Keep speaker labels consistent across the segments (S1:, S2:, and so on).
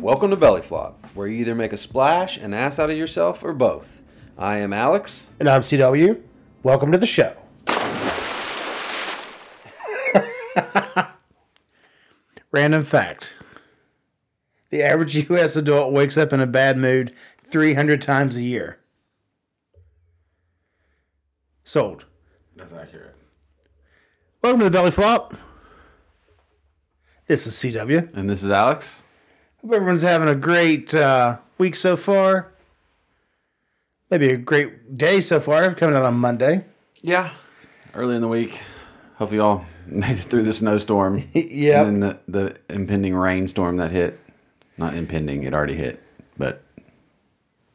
S1: Welcome to Belly Flop, where you either make a splash, an ass out of yourself, or both. I am Alex.
S2: And I'm CW. Welcome to the show. Random fact The average U.S. adult wakes up in a bad mood 300 times a year. Sold.
S3: That's accurate.
S2: Welcome to the Belly Flop. This is CW.
S1: And this is Alex.
S2: Hope everyone's having a great uh, week so far. Maybe a great day so far, coming out on Monday.
S3: Yeah. Early in the week. Hopefully y'all made it through the snowstorm.
S2: Yep.
S3: And then the, the impending rainstorm that hit. Not impending, it already hit. But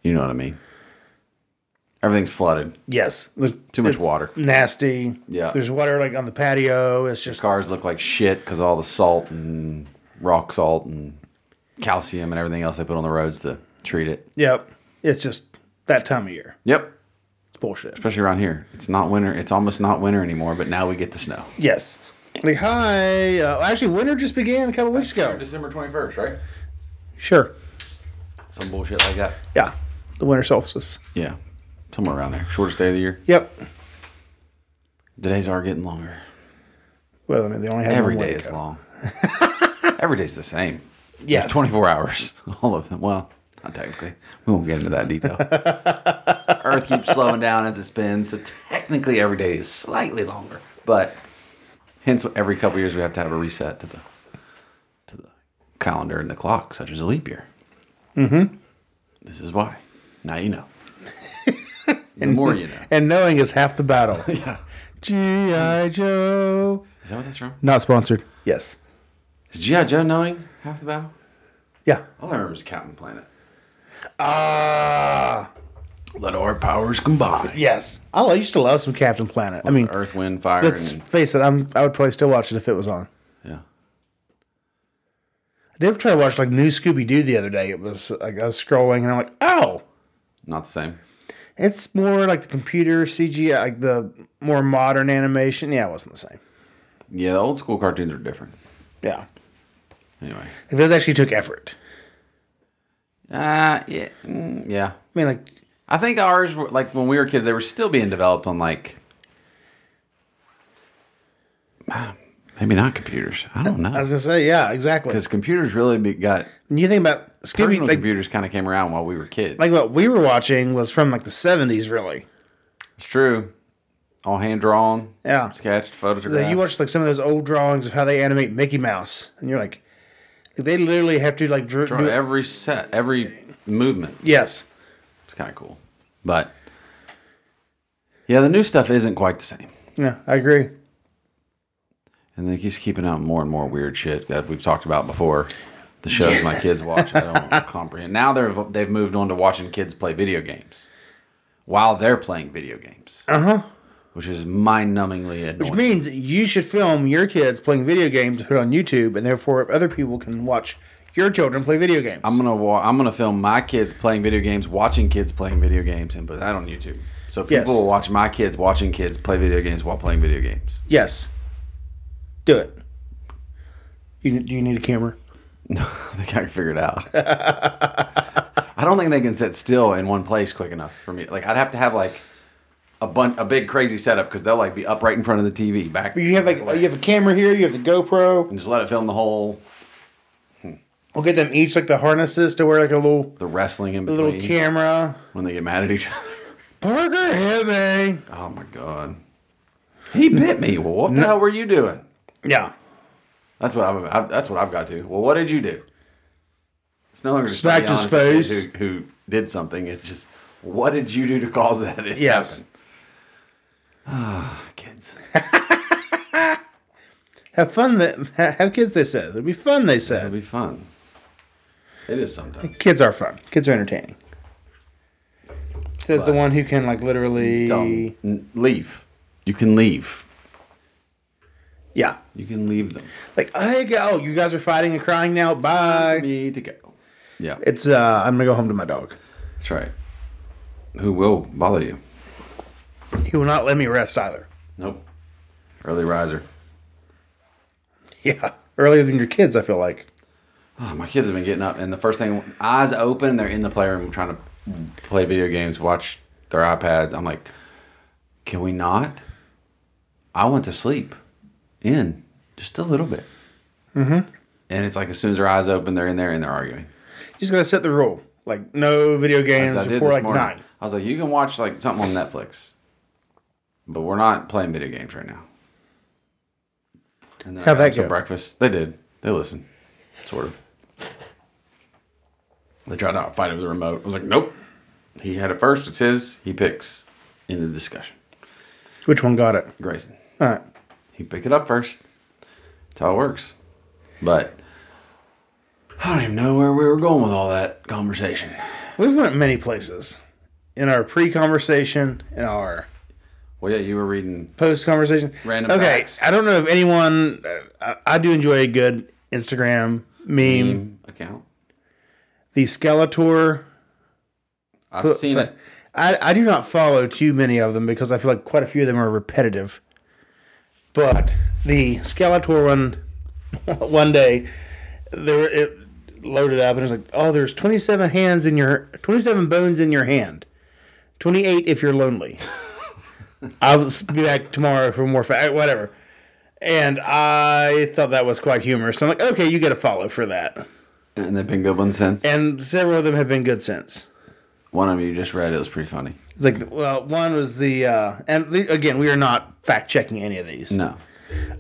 S3: you know what I mean. Everything's flooded.
S2: Yes. the-
S3: Too much
S2: it's
S3: water.
S2: Nasty.
S3: Yeah.
S2: There's water like on the patio. It's just
S3: Cars look like shit because all the salt and rock salt and calcium and everything else they put on the roads to treat it.
S2: yep. It's just that time of year.
S3: Yep.
S2: It's bullshit.
S3: Especially around here. It's not winter. It's almost not winter anymore, but now we get the snow.
S2: Yes. Like hi. Uh, actually, winter just began a couple weeks ago.
S3: December 21st, right?
S2: Sure.
S3: Some bullshit like that.
S2: Yeah. The winter solstice.
S3: Yeah. Somewhere around there. Shortest day of the year.
S2: Yep.
S3: The days are getting longer.
S2: Well, I mean, they only have
S3: Every
S2: one
S3: day
S2: way to
S3: is
S2: go.
S3: long. Every day's the same.
S2: Yes.
S3: There's 24 hours. All of them. Well, not technically. We won't get into that detail. Earth keeps slowing down as it spins, so technically every day is slightly longer. But hence, every couple years we have to have a reset to the to the calendar and the clock, such as a leap year. Mm-hmm. This is why. Now you know. the more you know.
S2: And knowing is half the battle. yeah. G.I. Joe.
S3: Is that what that's from?
S2: Not sponsored. Yes.
S3: Is G.I. Joe knowing half the battle?
S2: Yeah.
S3: All I remember is Captain Planet.
S2: Ah.
S3: Let our powers combine.
S2: yes. I used to love some Captain Planet. I mean,
S3: Earth, wind, fire,
S2: let's
S3: and
S2: face it. I'm. I would probably still watch it if it was on.
S3: yeah.
S2: I did try to watch like new Scooby Doo the other day. It was like I was scrolling and I'm like, oh,
S3: Not the same.
S2: it's more like the computer CGI, like the more modern animation. Yeah, it wasn't the same.
S3: Yeah, the old school cartoons are different.
S2: Yeah,
S3: Anyway.
S2: like, those actually took effort.
S3: Uh yeah. mm, yeah.
S2: I mean, like
S3: I think ours were like when we were kids, they were still being developed on like Ah, maybe not computers. I don't
S2: I was
S3: know.
S2: gonna say, yeah, exactly.
S3: Because computers really be, got
S2: When you think about Scooby,
S3: personal
S2: like,
S3: computers kind of came around while we were kids.
S2: like what we were watching was from like the seventies, really.
S3: it's true. All hand drawn,
S2: Yeah,
S3: sketched,
S2: Like,
S3: photographed.
S2: you watch like some of those old drawings of how they animate Mickey Mouse, and you're like, they literally have to like dr-
S3: Draw
S2: do-
S3: every set, every movement.
S2: yes,
S3: It's kind of cool. But yeah, the new stuff isn't quite the same.
S2: yeah, I agree.
S3: And they keep keeping out more and more weird shit that we've talked about before. The shows my kids watch, I don't comprehend. Now they're they've moved on to watching kids play video games while they're playing video games. Uh huh. Which is mind-numbingly annoying.
S2: Uh-huh. Which means you should film your kids playing video games, put it on YouTube, and therefore other people can watch your children play video games.
S3: I'm gonna wa- I'm gonna film my kids playing video games, watching kids playing video games, and put that on YouTube. So people
S2: Yes.
S3: will watch my kids watching kids play video games while playing video games.
S2: yes, do it. You do you need a camera?
S3: I think I can figure it out. I don't think they can sit still in one place quick enough for me. Like I'd have to have like a bun a big crazy setup because they'll like be up right in front of the TV back
S2: You have like you have a camera here. You have the GoPro.
S3: and just let it film the whole
S2: We'll get them each like the harnesses to wear like a little
S3: the wrestling in
S2: a
S3: between
S2: little camera.
S3: when they get mad at each other.
S2: Parker Heavy.
S3: Oh my god, he bit me. Well, what the hell were you doing?
S2: Yeah,
S3: That's what I'm. I've, that's what I've got to. Well, what did you do? It's no longer just
S2: Smacked
S3: be
S2: his
S3: honest
S2: face.
S3: with Who, who did something? It's just what did you do to cause that? to
S2: Yes.
S3: happen? Ah, kids.
S2: have fun. That ha- have kids. They said it'll be fun. They
S3: It'll
S2: said
S3: be fun. It is sometimes.
S2: kids are fun. Kids are entertaining. Says the one who can like literally.
S3: Don't n- leave. You can leave.
S2: Yeah.
S3: You can leave them.
S2: Like, oh, hey, go! you guys are fighting and crying now.
S3: For
S2: Bye.
S3: me to go. Yeah,
S2: It's uh, I'm gonna go home to my dog.
S3: that's right. Who will bother you?
S2: He will not let me rest either.
S3: Nope. Early riser.
S2: Yeah, earlier than your kids, I feel like.
S3: Oh, my kids have been getting up, and the first thing, eyes open, they're in the playroom trying to play video games, watch their iPads. I'm like, can we not? I want to sleep in just a little bit. Mm-hmm. And it's like as soon as their eyes open, they're in there and they're arguing.
S2: Just gotta set the rule. Like no video games
S3: I did
S2: before
S3: this
S2: like
S3: morning.
S2: nine.
S3: I was like, you can watch like something on Netflix, but we're not playing video games right now. And then I
S2: How'd
S3: got
S2: that
S3: them some
S2: go?
S3: breakfast. They did. They listened, sort of. They tried to fight over the remote. I was like, nope. He had it first. It's his. He picks. End of discussion.
S2: Which one got it?
S3: Grayson.
S2: All right.
S3: He picked it up first. That's how it works. But I don't even know where we were going with all that conversation.
S2: We've went many places in our pre-conversation and our
S3: Well, yeah, you were reading
S2: post-conversation.
S3: Random
S2: Okay,
S3: facts.
S2: I don't know if anyone. uh, I, I do enjoy a good Instagram meme.
S3: account.
S2: The Skeletor.
S3: I've
S2: But-
S3: seen it.
S2: I, I do not follow too many of them because I feel like quite a few of them are repetitive. But the Skeletor one, one day, there it loaded up and it was like, oh, there's 27 hands in your, 27 bones in your hand, 28 if you're lonely. I'll s- be back tomorrow for more fact, whatever. And I thought that was quite humorous. I'm like, okay, you get a follow for that.
S3: And they've been good ones since.
S2: And several of them have been good since.
S3: One of them you just read, it was pretty funny.
S2: It's like, well, one was the, uh, and the, again, we are not fact checking any of these.
S3: No.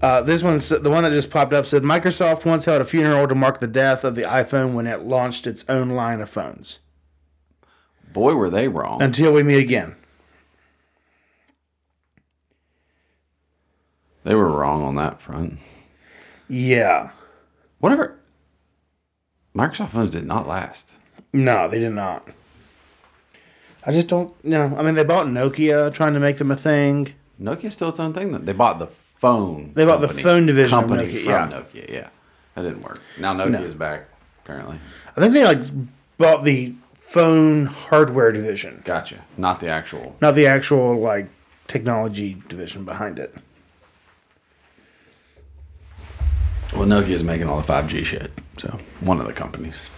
S2: Uh, this one's the one that just popped up said Microsoft once held a funeral to mark the death of the iPhone when it launched its own line of phones.
S3: Boy, were they wrong.
S2: Until we meet again.
S3: they were wrong on that front.
S2: Yeah.
S3: Whatever. Microsoft phones did not last.
S2: No, they did not. I just don't, no. I mean, they bought Nokia trying to make them a thing.
S3: Nokia's still its own thing. though. They bought the phone.
S2: They bought the phone division of
S3: company
S2: Nokia,
S3: from
S2: yeah.
S3: Nokia. Yeah, that didn't work. Now Nokia's back. Apparently,
S2: I think they like bought the phone hardware division,
S3: gotcha. Not the actual.
S2: not the actual like technology division behind it.
S3: Well, Nokia's making all the five G shit. So one of the companies.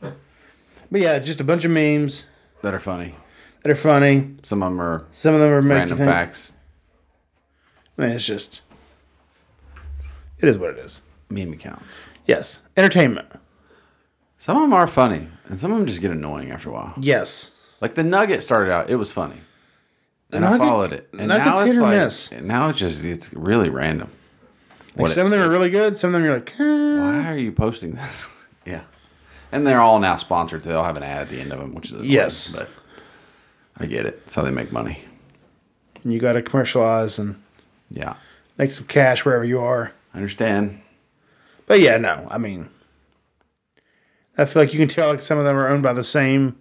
S2: But yeah, just a bunch of memes
S3: That are funny.
S2: that are funny.
S3: Some of them are
S2: Some of them are making
S3: random facts.
S2: I mean, it's just, it is what it is.
S3: Meme accounts.
S2: Yes, entertainment.
S3: Some of them are funny, and some of them just get annoying after a while.
S2: Yes,
S3: Like the Nugget started out, it was funny, and
S2: Nugget-
S3: I followed it. And
S2: Nuggets
S3: now it's
S2: hit or
S3: like,
S2: miss.
S3: and Now it's just it's really random.
S2: like
S3: What-
S2: some of them are really good. Some of them you're like, eh.
S3: why are you posting this? yeah, and they're all now sponsored. So they'll have an ad at the end of them, which is annoying,
S2: Yes.
S3: But I get it. It's how they make money.
S2: and you got to commercialize and
S3: Yeah,
S2: make some cash wherever you are.
S3: I understand.
S2: But yeah, no, I mean, I feel like you can tell like some of them are owned by the same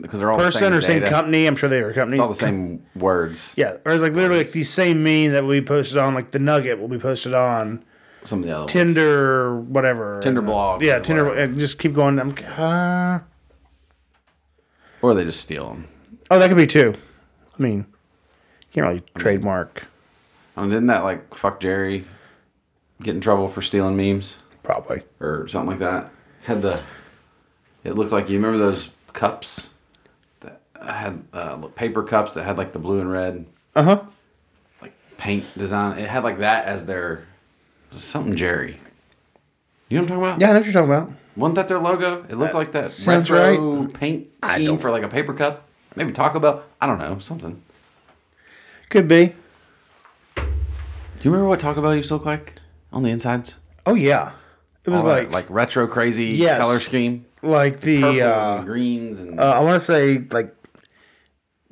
S3: Because they're all
S2: person
S3: the
S2: or
S3: same
S2: same
S3: data.
S2: company. I'm sure they are a company.
S3: It's all the same words.
S2: Yeah, or it's like literally like the same meme that will be posted on like the Nugget will be posted on
S3: Some of the other ones.
S2: Tinder, whatever.
S3: Tinder
S2: And, uh,
S3: blog
S2: Yeah,
S3: or
S2: Tinder,
S3: whatever.
S2: and just keep going. I'm, uh,
S3: or they just steal them.
S2: Oh, that could be two. I mean, you can't really trademark.
S3: I mean, didn't that like fuck Jerry get in trouble for stealing memes?
S2: Probably.
S3: or something like that. Had the it looked like you remember those cups that had uh, paper cups that had like the blue and red
S2: Uh huh.
S3: like paint design. It had like that as their something Jerry. You know what I'm talking about?
S2: Yeah, I know what you're talking about.
S3: Wasn't that their logo? It looked like that
S2: sounds
S3: retro paint
S2: I
S3: scheme
S2: don't-
S3: for like a paper cup. Maybe Taco Bell. I don't know something.
S2: Could be.
S3: Do you remember what Taco Bell used to look like on the insides?
S2: Oh yeah, Oh, it was
S3: All that,
S2: like, like
S3: like retro crazy
S2: Yes.
S3: color scheme, purple
S2: the uh,
S3: and greens and
S2: uh, I want to say like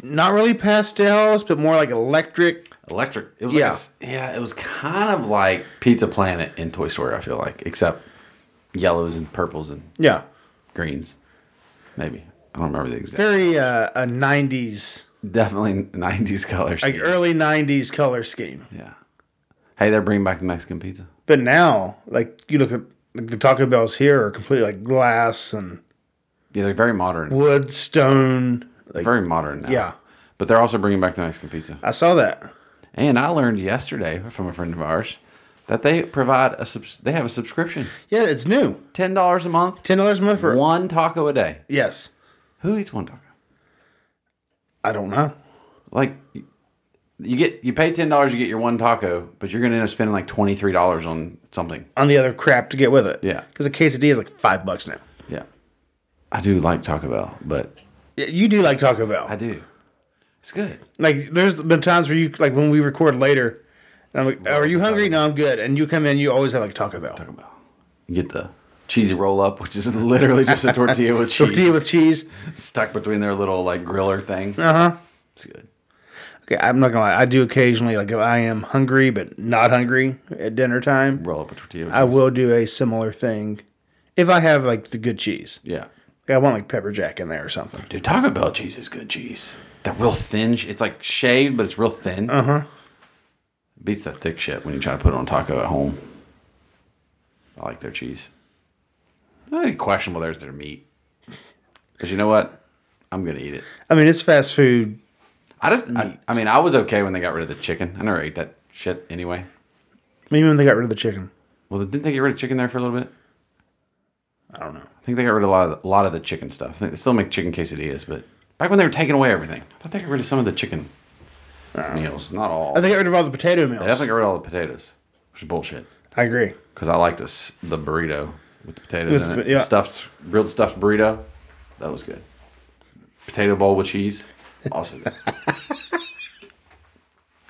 S2: not really pastels, but more like electric.
S3: Electric. It was
S2: Yeah.
S3: yeah. yeah, it was kind of like Pizza Planet in Toy Story, I feel like, except yellows and purples and
S2: Yeah,
S3: greens. Maybe. I don't remember the exact.
S2: very uh, a '90s,
S3: Definitely 90s colors.
S2: like early '90s color scheme.
S3: yeah. Hey, they're bringing back the Mexican pizza.
S2: But now, like you look at like, the Taco Bells here are completely like glass and
S3: Yeah, they're very modern.
S2: wood, stone. Like
S3: Very modern now.
S2: yeah,
S3: But they're also bringing back the Mexican pizza.
S2: I saw that.
S3: And I learned yesterday from a friend of ours that they provide a subs- they have a subscription
S2: Yeah, it's new.
S3: ten dollars a month
S2: Ten dollars a month for
S3: one taco a day
S2: yes.
S3: who eats one taco
S2: I don't know.
S3: like you- you get you pay ten dollars you get your one taco but you're gonna end up spending like twenty three dollars on something
S2: On the other crap to get with it.
S3: Yeah.
S2: Because a quesadilla is like five bucks now.
S3: yeah I do like Taco Bell but
S2: Yeah, You do like Taco Bell.
S3: I do it's good
S2: like there's been times where you like when we record later and i'm like are you hungry no i'm good and you come in you always have like taco bell
S3: Taco Bell you get the cheesy roll up which is literally just a tortilla with cheese
S2: tortilla with cheese
S3: stuck between their little like griller thing uh huh it's good
S2: okay i'm not gonna lie i do occasionally like if i am hungry but not hungry at dinner time
S3: roll up a tortilla with
S2: i
S3: cheese.
S2: will do a similar thing if i have like the good cheese
S3: yeah
S2: i want like pepper jack in there or something
S3: Dude, Taco Bell cheese is good cheese. That real thin, sh- it's like shaved, but it's real thin. Uh huh. Beats that thick shit when you try to put it on taco at home. I like their cheese. I think questionable there's their meat, but you know what? I'm gonna eat it.
S2: i mean it's fast food
S3: I just, I, I mean, I was okay when they got rid of the chicken. I never ate that shit anyway.
S2: maybe when they got rid of the chicken
S3: Well, didn't they get rid of chicken there for a little bit?
S2: i don't know
S3: I think they got rid of a lot of the, a lot of the chicken stuff. I think they still make chicken quesadillas, but back when they were taking away everything, I thought they got rid of some of the chicken meals, not all.
S2: i think i Uh, got rid of all the potato
S3: I
S2: meals
S3: definitely got rid of all the potatoes, which is bullshit.
S2: i agree
S3: Because I liked this, the burrito with the potatoes
S2: With
S3: in
S2: the-
S3: it,
S2: yeah.
S3: stuffed grilled stuffed burrito. That was good. Potato bowl with cheese, also good.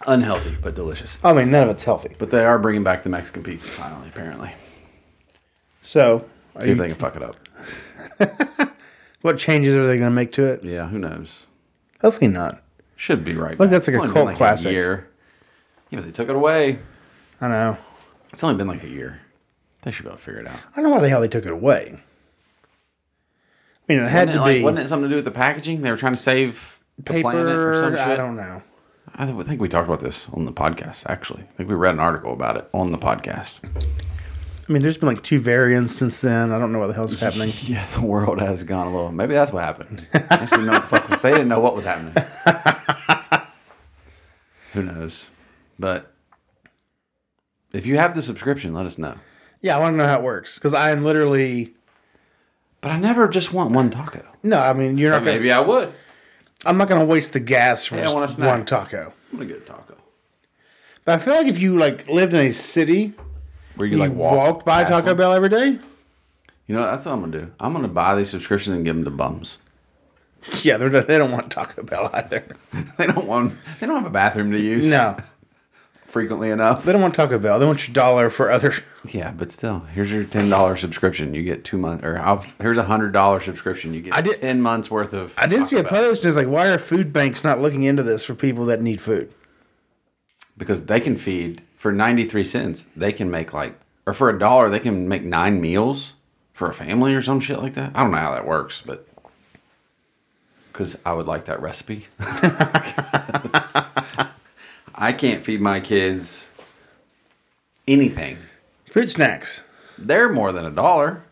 S3: Unhealthy but delicious.
S2: i mean none of it's healthy
S3: But they are bringing back the Mexican pizza finally, apparently.
S2: so are
S3: See if
S2: you-
S3: they can fuck it up.
S2: what changes are they going to make to it
S3: Yeah, who knows?
S2: hopefully not
S3: Should be right.
S2: Look,
S3: back.
S2: that's like
S3: It's
S2: a
S3: only been
S2: cult
S3: like
S2: classic.
S3: year. Yeah, but they took it away.
S2: i know
S3: It's only been like a year. They should be able to figure it out.
S2: I don't know why the hell they took it away. I mean, it had
S3: wasn't,
S2: to
S3: it like,
S2: be
S3: wasn't it something to do with the packaging? They were trying to save the planet or some
S2: paper.
S3: shit.
S2: I don't know.
S3: I th- think we talked about this on the podcast. Actually, I think we read an article about it on the podcast.
S2: I mean, there's been like two variants since then. I don't know what the hell's happening.
S3: Yeah, the world has gone a little. Maybe that's what happened. I just didn't know what the fuck was. They didn't know what was happening. Who knows? But if you have the subscription, let us know.
S2: Yeah, I want to know how it works because I am literally
S3: But I never just want one taco.
S2: no. I mean, you're not. Gonna,
S3: Maybe I would.
S2: I'm not going to waste the gas for
S3: I
S2: just
S3: want a snack.
S2: one taco.
S3: I'm gonna get a taco.
S2: But I feel like if you like lived in a city,
S3: Where
S2: you, walked by
S3: past
S2: Taco
S3: one?
S2: Bell every day.
S3: You know that's what I'm gonna do. I'm gonna buy these subscriptions and give them to bums.
S2: Yeah, they're, not- they don't want Taco Bell either.
S3: they don't want. They don't have a bathroom to use.
S2: No,
S3: frequently enough.
S2: they don't want Taco Bell. They want your dollar for other.
S3: Yeah, but still, here's your ten dollar subscription. You get two months, or I'll, here's a hundred dollar subscription. You get
S2: I did-
S3: ten months worth of.
S2: I did
S3: Taco
S2: see a
S3: Bell.
S2: post and it's like, why are food banks not looking into this for people that need food?
S3: because they can feed for ninety three cents. They can make like, or for a dollar, they can make nine meals for a family or some shit like that. I don't know how that works, but because I would like that recipe. I can't feed my kids anything.
S2: Fruit snacks.
S3: they're more than a dollar.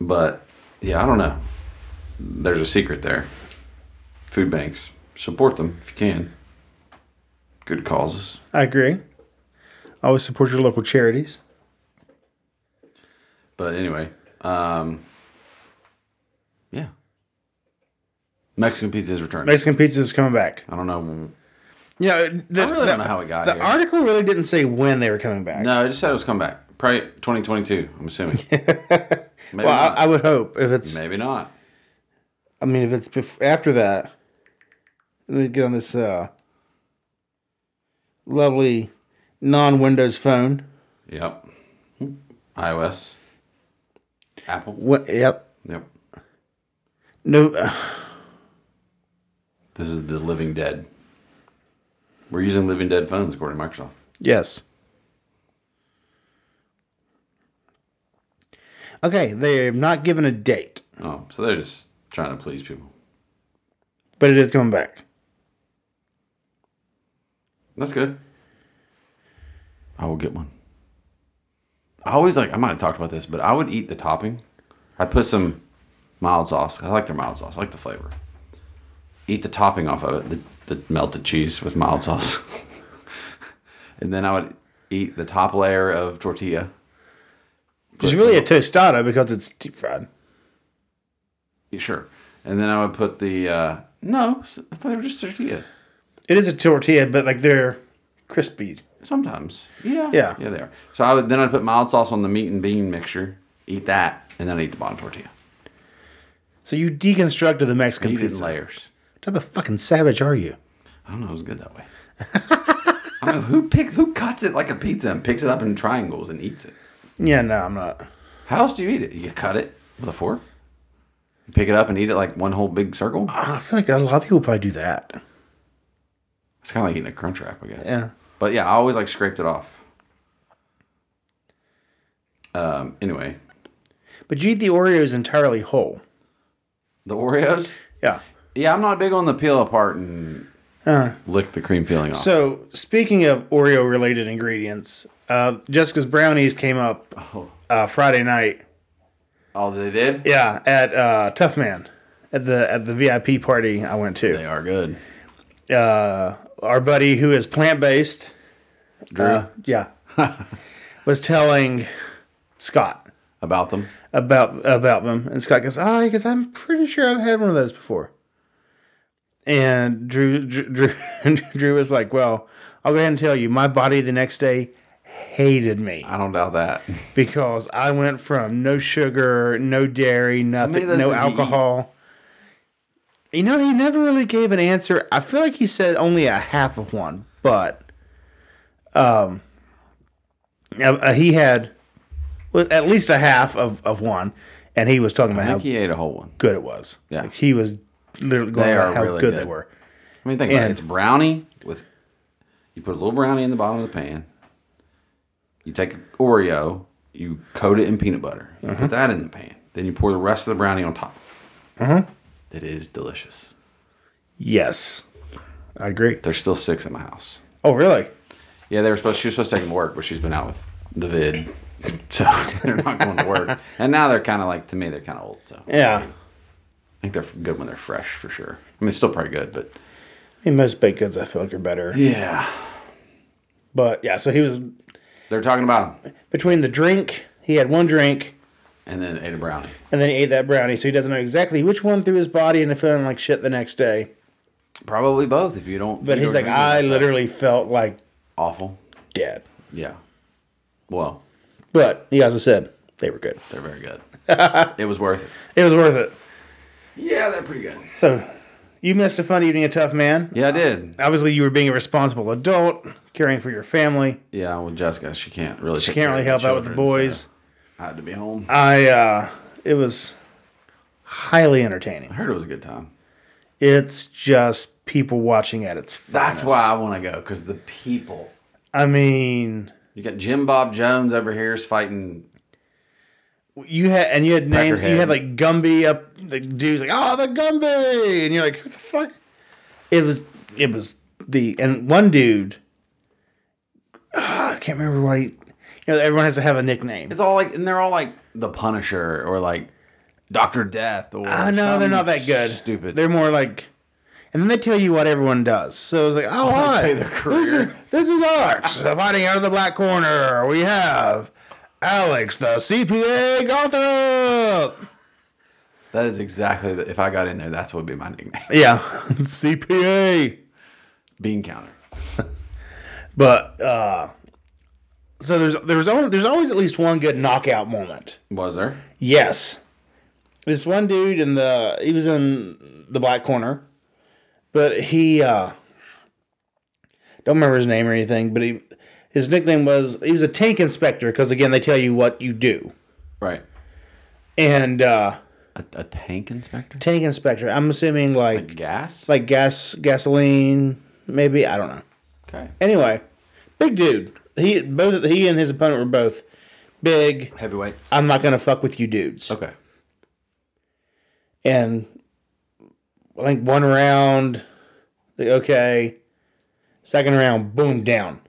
S3: But yeah, I don't know. There's a secret there. Food banks support them if you can. Good causes.
S2: I agree. Always support your local charities.
S3: But anyway, um, yeah. Mexican pizza is returning.
S2: Mexican pizza is coming back.
S3: I don't know.
S2: Yeah, uh,
S3: I really don't know how it got
S2: The
S3: here.
S2: article really didn't say when they were coming back.
S3: No, it just said it was coming back. Probably 2022. I'm assuming. Maybe
S2: well,
S3: not.
S2: I, I would hope if it's.
S3: Maybe not.
S2: I mean, if it's bef- after that, let me get on this uh, lovely non-Windows phone.
S3: Yep. iOS. Apple.
S2: What? Yep.
S3: Yep.
S2: No. uh,
S3: This is the Living Dead. We're using Living Dead phones, according to Microsoft.
S2: yes. Okay, they have not given a date,
S3: Oh, so they're just trying to please people.
S2: but it is coming back.
S3: That's good. I will get one. I always like, I might have talked about this, but I would eat the topping. I'd put some mild sauce. I like their mild sauce, I like the flavor. Eat the topping off of it, the, the melted cheese with mild sauce. and then I would eat the top layer of tortilla.
S2: It's really a tostada because it's deep fried.
S3: Sure. And then I would put the uh, no, I thought they were just tortilla.
S2: It is a tortilla, but like they're crispy.
S3: Sometimes. Yeah.
S2: Yeah.
S3: Yeah, they are. So I would then I'd put mild sauce on the meat and bean mixture, eat that, and then I'd eat the bottom tortilla.
S2: So you deconstructed the Mexican
S3: You did
S2: pizza. What
S3: layers.
S2: type of fucking savage are you?
S3: I don't know, it was good that way. I mean, who pick who cuts it like a pizza and picks it up in triangles and eats it?
S2: Yeah, no, I'm not.
S3: How else do you eat it? You cut it with a fork? You pick it up and eat it like one whole big circle?
S2: I feel like a lot of people probably do that.
S3: It's kinda like eating a crunch wrap, I guess.
S2: Yeah.
S3: But yeah, I always like scraped it off. Um, anyway.
S2: But you eat the Oreos entirely whole.
S3: The Oreos?
S2: Yeah.
S3: Yeah, I'm not big on the peel apart and lick the cream filling off.
S2: So speaking of Oreo related ingredients, uh, Jessica's brownies came up uh, Friday night.
S3: oh, they did?
S2: Yeah, at uh, Tough Man, at the at the VIP party I went to.
S3: They are good.
S2: uh, our buddy who is plant based,
S3: Drew,
S2: yeah, was telling Scott
S3: about them.
S2: about about them, and Scott goes, "Oh, because I'm pretty sure I've had one of those before." And Drew Drew Drew, Drew was like, "Well, I'll go ahead and tell you, my body the next day." Hated me
S3: I don't doubt that.
S2: because I went from no sugar, no dairy,
S3: many
S2: nothing,
S3: of those did
S2: no
S3: you eat?
S2: alcohol. You know, he never really gave an answer. I feel like he said only a half of one, but um, uh, uh, he had well, at least a half of, of one, and he was talking about
S3: I
S2: how
S3: think he ate a whole one.
S2: good it was.
S3: Yeah.
S2: Like, he was literally going
S3: They
S2: about
S3: are
S2: how
S3: really
S2: good,
S3: good.
S2: they were.
S3: I mean, think about
S2: And-
S3: it. It's brownie with. You put a little brownie in the bottom of the pan. You take an Oreo, you coat it in peanut butter. You put that in the pan. Then you pour the rest of the brownie on top. Uh-huh. It is delicious.
S2: Yes, I agree.
S3: There's still six in my house.
S2: Oh, really?
S3: Yeah, they were supposed. She was supposed to take them to work, but she's been out with the vid, so they're not going to work. And now they're kind of like to me, they're kind of old. So I
S2: Yeah.
S3: think they're good when they're fresh for sure. I mean, it's still pretty good, but
S2: I mean, most baked goods I feel like are better.
S3: yeah,
S2: But yeah, so he was
S3: they're talking about them.
S2: between the drink, he had one drink,
S3: And then ate a brownie.
S2: and then he ate that brownie, so he doesn't know exactly which one through his body and feeling like shit the next day.
S3: Probably both if you don't.
S2: But
S3: eat
S2: he's
S3: or
S2: like,
S3: drink
S2: I
S3: it, it's
S2: literally felt like
S3: awful.
S2: dead.
S3: Yeah. Well,
S2: But he also said they were good.
S3: they're very good. it was worth it.
S2: It was worth it.
S3: Yeah, they're pretty good.
S2: So you missed a fun evening at Tough Man.
S3: Yeah, I did.
S2: Obviously, you were being a responsible adult, caring for your family.
S3: Yeah, well, Jessica, she can't really.
S2: You can't really help out with the boys.
S3: I had to be home.
S2: I, uh, it was highly entertaining.
S3: I heard it was a good time.
S2: It's just people watching at its
S3: That's
S2: finest.
S3: why I want to go because the people.
S2: I mean,
S3: You got Jim Bob Jones over here is fighting.
S2: you had and you had names. You
S3: Peckerhead.
S2: had like Gumby up. The dude's like, "Oh, the Gumby," and you're like, "Who the fuck?" It was. It was the and one dude. ah, I can't remember what he. You know, everyone has to have a nickname.
S3: It's all like, and they're all like the Punisher or like Doctor Death or.
S2: I know Ah, they're
S3: some
S2: not that good.
S3: Stupid.
S2: They're more like. And then they tell you what everyone does. So it's like,
S3: tell
S2: oh, hi,
S3: you their
S2: this is
S3: career.
S2: this is Alex, the fighting out of the black corner. We have Alex, the CPA Gotham.
S3: that is exactly the, if I got in there, that's what would be my nickname.
S2: Yeah, CPA.
S3: Bean counter.
S2: But uh, so there's there's always, there's always at least one good knockout moment.
S3: Was there?
S2: Yes, this one dude in the he was in the black corner, but he uh, don't remember his name or anything. But he his nickname was he was a tank inspector because again they tell you what you do
S3: Right.
S2: and uh,
S3: A, a tank inspector.
S2: tank inspector. I'm assuming like
S3: Gas.
S2: like gas gasoline maybe I don't know.
S3: Okay.
S2: Anyway, big dude. He both he and his opponent were both big.
S3: Heavyweight.
S2: I'm not gonna fuck with you dudes.
S3: Okay.
S2: And I think one round, like, okay. Second round, boom, down.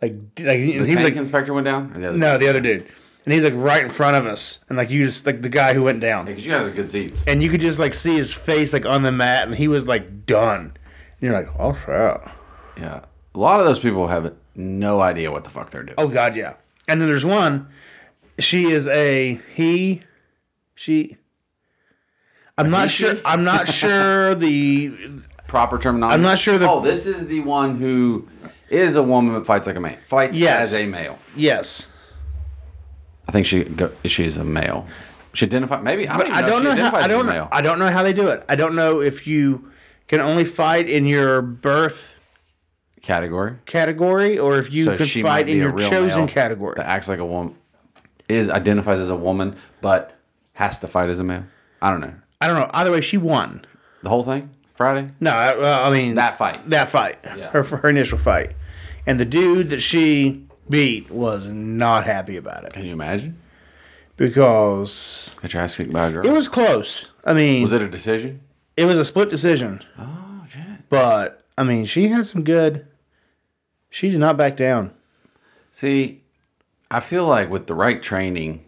S2: Like, d- like and
S3: The
S2: he was
S3: tank
S2: like,
S3: inspector went down. Or the other
S2: no, the other dude, and he's like right in front of us, and like you just like the guy who went down,
S3: Because you guys have good seats.
S2: and you could just like see his face like on the mat, and he was like done. And you're like, oh shit.
S3: Yeah. A lot of those people have no idea what the fuck they're doing.
S2: Oh God, yeah. And then there's one. She is a he, she. I'm
S3: he,
S2: not sure.
S3: she?
S2: I'm not sure the.
S3: Proper terminology.
S2: I'm not sure the-
S3: Oh, this is the one who is a woman that fights like a man. Fights
S2: Yes.
S3: as a male.
S2: Yes,
S3: I think she go, she's a male. She identifies maybe. I don't
S2: but
S3: even
S2: I
S3: know. if
S2: don't
S3: she
S2: know. How,
S3: identifies
S2: I don't.
S3: as a male.
S2: know- I don't know how they do it. I don't know if you can only fight in your birth
S3: category.
S2: category or if you
S3: So
S2: can
S3: she might
S2: fight
S3: be
S2: in
S3: a
S2: your
S3: real
S2: chosen
S3: male
S2: category.
S3: that acts like a woman, is identifies as a woman, but has to fight as a male. I don't know
S2: I don't know. Either way, she won.
S3: the whole thing. Friday.
S2: No, I, well, I mean
S3: That fight.
S2: That fight.
S3: Yeah.
S2: Her her initial fight, and the dude that she beat was not happy about it
S3: Can you imagine?
S2: because
S3: Got your ass kicked by a girl.
S2: It was close. I mean,
S3: was
S2: it-,
S3: it a decision?
S2: was a split decision,
S3: Oh shit!
S2: but I mean, she had some good. She did not back down.
S3: See, I feel like with the right training,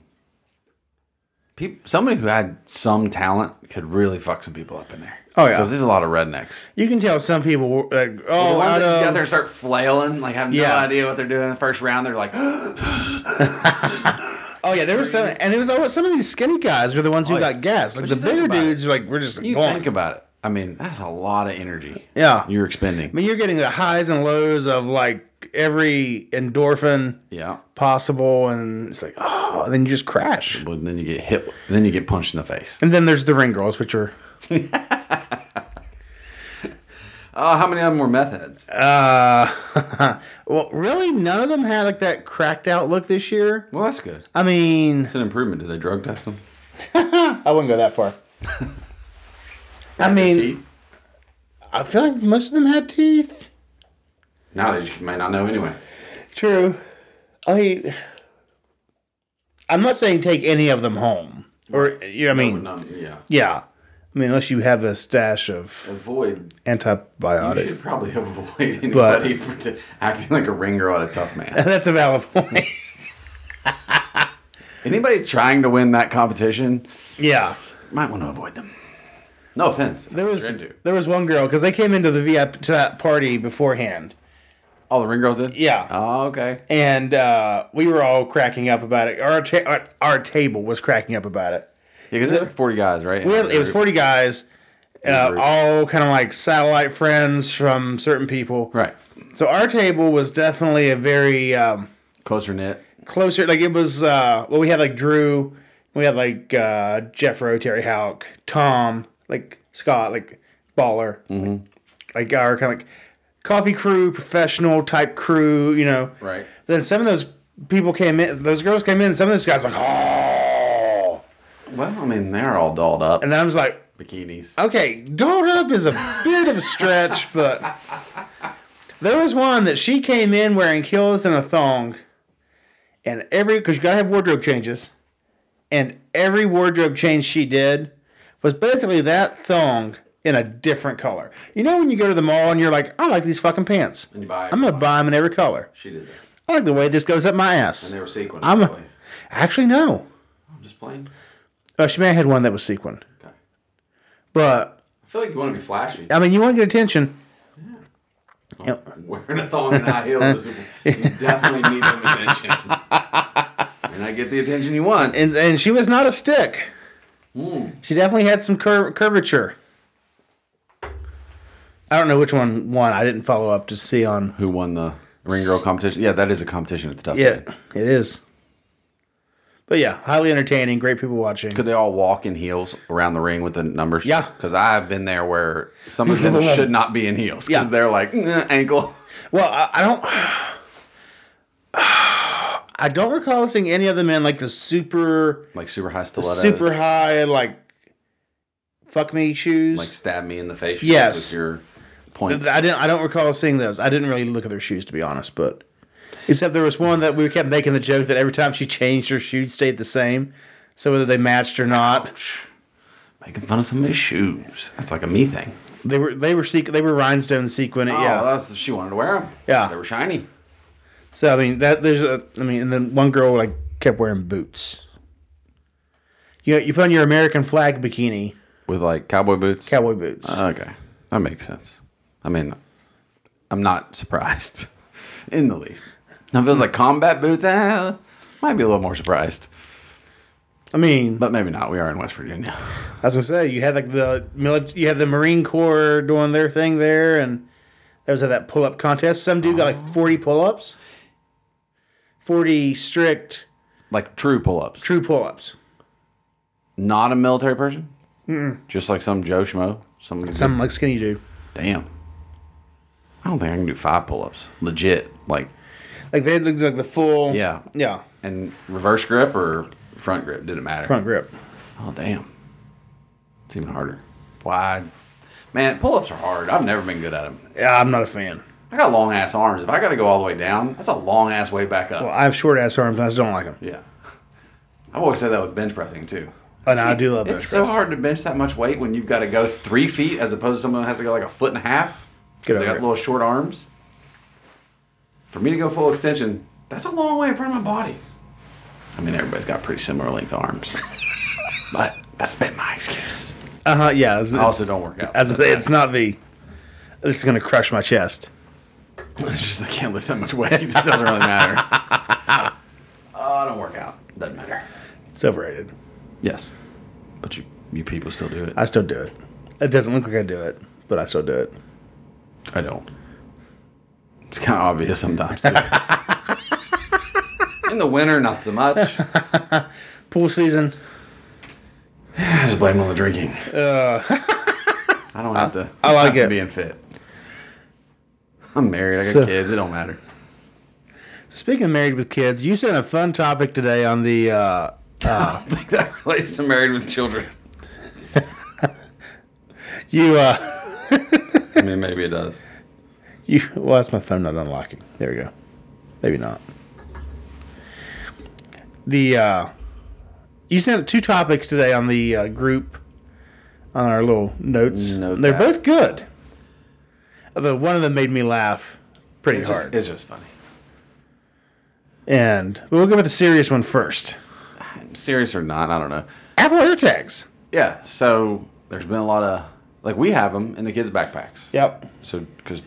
S3: peop somebody who had some talent could really fuck some people up in there.
S2: Oh, yeah.
S3: because there's a lot of rednecks.
S2: You can tell some people were like,
S3: The
S2: oh,
S3: ones that
S2: out
S3: just
S2: of,
S3: got there and start flailing, like have
S2: Yeah.
S3: no idea what they're doing in the first round. They're like,
S2: oh yeah, there was some, and there was always some of these skinny guys were the ones who
S3: Oh, yeah.
S2: got gassed. Like
S3: What
S2: the
S3: you think
S2: bigger
S3: about it?
S2: dudes, were like we're just
S3: you
S2: going.
S3: think about it. I mean, that's a lot of energy.
S2: Yeah.
S3: you're
S2: I
S3: expending.
S2: mean, you're getting the highs and lows of like every endorphin
S3: Yeah,
S2: possible, and it's like, oh, and then you just crash.
S3: but then you get hit. Then you get punched in the face.
S2: And then there's the ring girls, which are
S3: Oh, how many of them were meth heads?
S2: Uh, well, really, none of them had like that cracked out look this year.
S3: Well, that's good.
S2: I mean,
S3: It's an improvement. Did they drug test them?
S2: I wouldn't go that far. I mean,
S3: Teeth?
S2: I feel like most of them had teeth.
S3: Knowledge you may not know anyway.
S2: True. I mean, I'm not saying take any of them home, or you know, what I mean,
S3: None- yeah.
S2: yeah. I mean, unless you have a stash of
S3: Avoid. You
S2: antibiotics,
S3: should probably avoid
S2: But-
S3: anybody for t- acting like a ring girl at a tough man.
S2: that's a valid point.
S3: Anybody trying to win that competition
S2: yeah.
S3: might want to avoid them. No offense.
S2: There was
S3: You're into.
S2: there was one girl because they came into the VIP to that party beforehand,
S3: Oh, the ring girls did.
S2: Yeah.
S3: Oh, okay.
S2: and uh, we were all cracking up about it. Our, ta- our our table was cracking up about it.
S3: Yeah, because there were like forty guys, right?
S2: We had, it was forty guys, uh,
S3: Group.
S2: all kind of like satellite friends from certain people.
S3: Right.
S2: So our table was definitely a very um,
S3: Closer knit.
S2: closer. Like it was. Uh, well, we had like Drew, we had like uh, Jeffro, Terry Houck, Tom, like Scott, like Baller,
S3: Mm-hmm.
S2: like our kind of like coffee crew, professional type crew. You know.
S3: Right.
S2: Then some of those people came in, those girls came in, and some of those guys were like, oh.
S3: Well, I mean, they're all dolled up.
S2: And then I was like,
S3: bikinis.
S2: okay, dolled up is a bit of a stretch, but there was one that she came in wearing kilts and a thong. And every, because you got to have wardrobe changes. And every wardrobe change she did was basically that thong in a different color. You know, when you go to the mall and you're like, I like these fucking pants.
S3: And you buy
S2: I'm going to buy them in every color.
S3: She did that.
S2: I like the way this goes up my ass.
S3: And they were sequined.
S2: I'm
S3: I'm,
S2: a- Actually, no.
S3: I'm just playing.
S2: Uh, she may have had one that was sequined.
S3: Okay.
S2: But,
S3: I feel like you want to be flashy.
S2: I mean, you want to get attention.
S3: Wearing a thong and high heels is you definitely need some attention. and I get the attention you want.
S2: And, and she was not a stick. She definitely had some cur- curvature. I don't know which one won. I didn't follow up to see on.
S3: Who won the ring girl competition? Yeah, that is a competition at the tough
S2: Yeah,
S3: man.
S2: it is. But yeah, highly entertaining. Great people watching.
S3: Could they all walk in heels around the ring with the numbers?
S2: Yeah.
S3: Because I've been there where some of them should not be in heels because
S2: Yeah.
S3: they're like, "Nah, ankle.
S2: Well, I, I don't. I don't recall seeing any of them in like the super,
S3: Like super high stilettos.
S2: super high, like fuck me shoes.
S3: Like stab me in the face.
S2: Yes.
S3: With your point.
S2: I didn't. I don't recall seeing those. I didn't really look at their shoes to be honest, but except there was one that we kept making the joke that every time she changed her shoes stayed the same, so whether they matched or not,
S3: Making fun of somebody's shoes. That's like a me thing.
S2: they were they were sequ- they were rhinestone sequin.
S3: Oh,
S2: yeah.
S3: that's, she wanted to wear them.
S2: Yeah.
S3: They were shiny.
S2: So I mean that there's a. I mean, and then one girl like kept wearing boots. You know, you put on your American flag bikini,
S3: With like cowboy boots.
S2: cowboy boots.
S3: Okay, that makes sense. I mean, I'm not surprised in the least. Now, if it was like combat boots, eh, might be a little more surprised,
S2: I mean,
S3: but maybe not. We are in West Virginia.
S2: I was gonna say you had like the milit- you had the Marine Corps doing their thing there, and there was that pull up contest. Some dude got
S3: Oh.
S2: like forty pull ups, forty strict
S3: Like true pull ups.
S2: true pull ups.
S3: Not a military person? Just like some Joe Schmo? Some,
S2: Something like skinny dude.
S3: Damn. I don't think I can do five pull ups. Legit. Like,
S2: Like they looked like the full
S3: yeah.
S2: yeah
S3: And reverse grip or front grip? Didn't matter.
S2: front grip.
S3: Oh, damn. It's even harder. Wide. Man, pull ups are hard. I've never been good at them.
S2: Yeah, I'm not a fan.
S3: I got long ass arms. If I got to go all the way down, that's a long ass way back up.
S2: Well, I have short ass arms, and I just don't like them.
S3: yeah. I've always said that with bench pressing, too.
S2: And I do love bench
S3: It's so
S2: press.
S3: hard to bench that much weight when you've got to go three feet as opposed to someone who has to go like a foot and a half.
S2: Get
S3: Because they
S2: over
S3: got
S2: it.
S3: little short arms. For me to go full extension, that's a long way in front of my body. I mean, everybody's got pretty similar length arms, but that's been my excuse.
S2: Uh huh. Yeah. It's,
S3: I also
S2: it's-
S3: don't work out.
S2: As I say, it's not the. This is gonna crush my chest.
S3: It's just I can't lift that much weight. It doesn't really matter. Oh, I don't work out. Doesn't matter.
S2: It's overrated.
S3: Yes, but you you people still do it.
S2: I still do it. It doesn't look like I do it, but I still do it.
S3: I don't. It's kind of obvious sometimes. Too. In the winter, not so much. I
S2: Pool season.
S3: just blame it on the drinking. Uh. I don't have to.
S2: I like
S3: have to
S2: it.
S3: being fit. I'm married. I got
S2: So-
S3: kids. It don't matter.
S2: Speaking of married with kids, you sent a fun topic today on the. Uh,
S3: I don't think that relates to married with children.
S2: you. Uh,
S3: I mean, maybe it does.
S2: you. Well, that's my phone not unlocking. There we go. Maybe not. The. Uh, you sent two topics today on the uh, group, on our little notes.
S3: Notes
S2: They're
S3: app.
S2: both good. Although one of them made me laugh pretty
S3: It's
S2: hard.
S3: just, it's just funny.
S2: and we'll go with the serious one first.
S3: Serious or not, I don't know.
S2: Apple AirTags.
S3: Yeah. So there's been a lot of like we have them in the kids' backpacks.
S2: Yep.
S3: So, because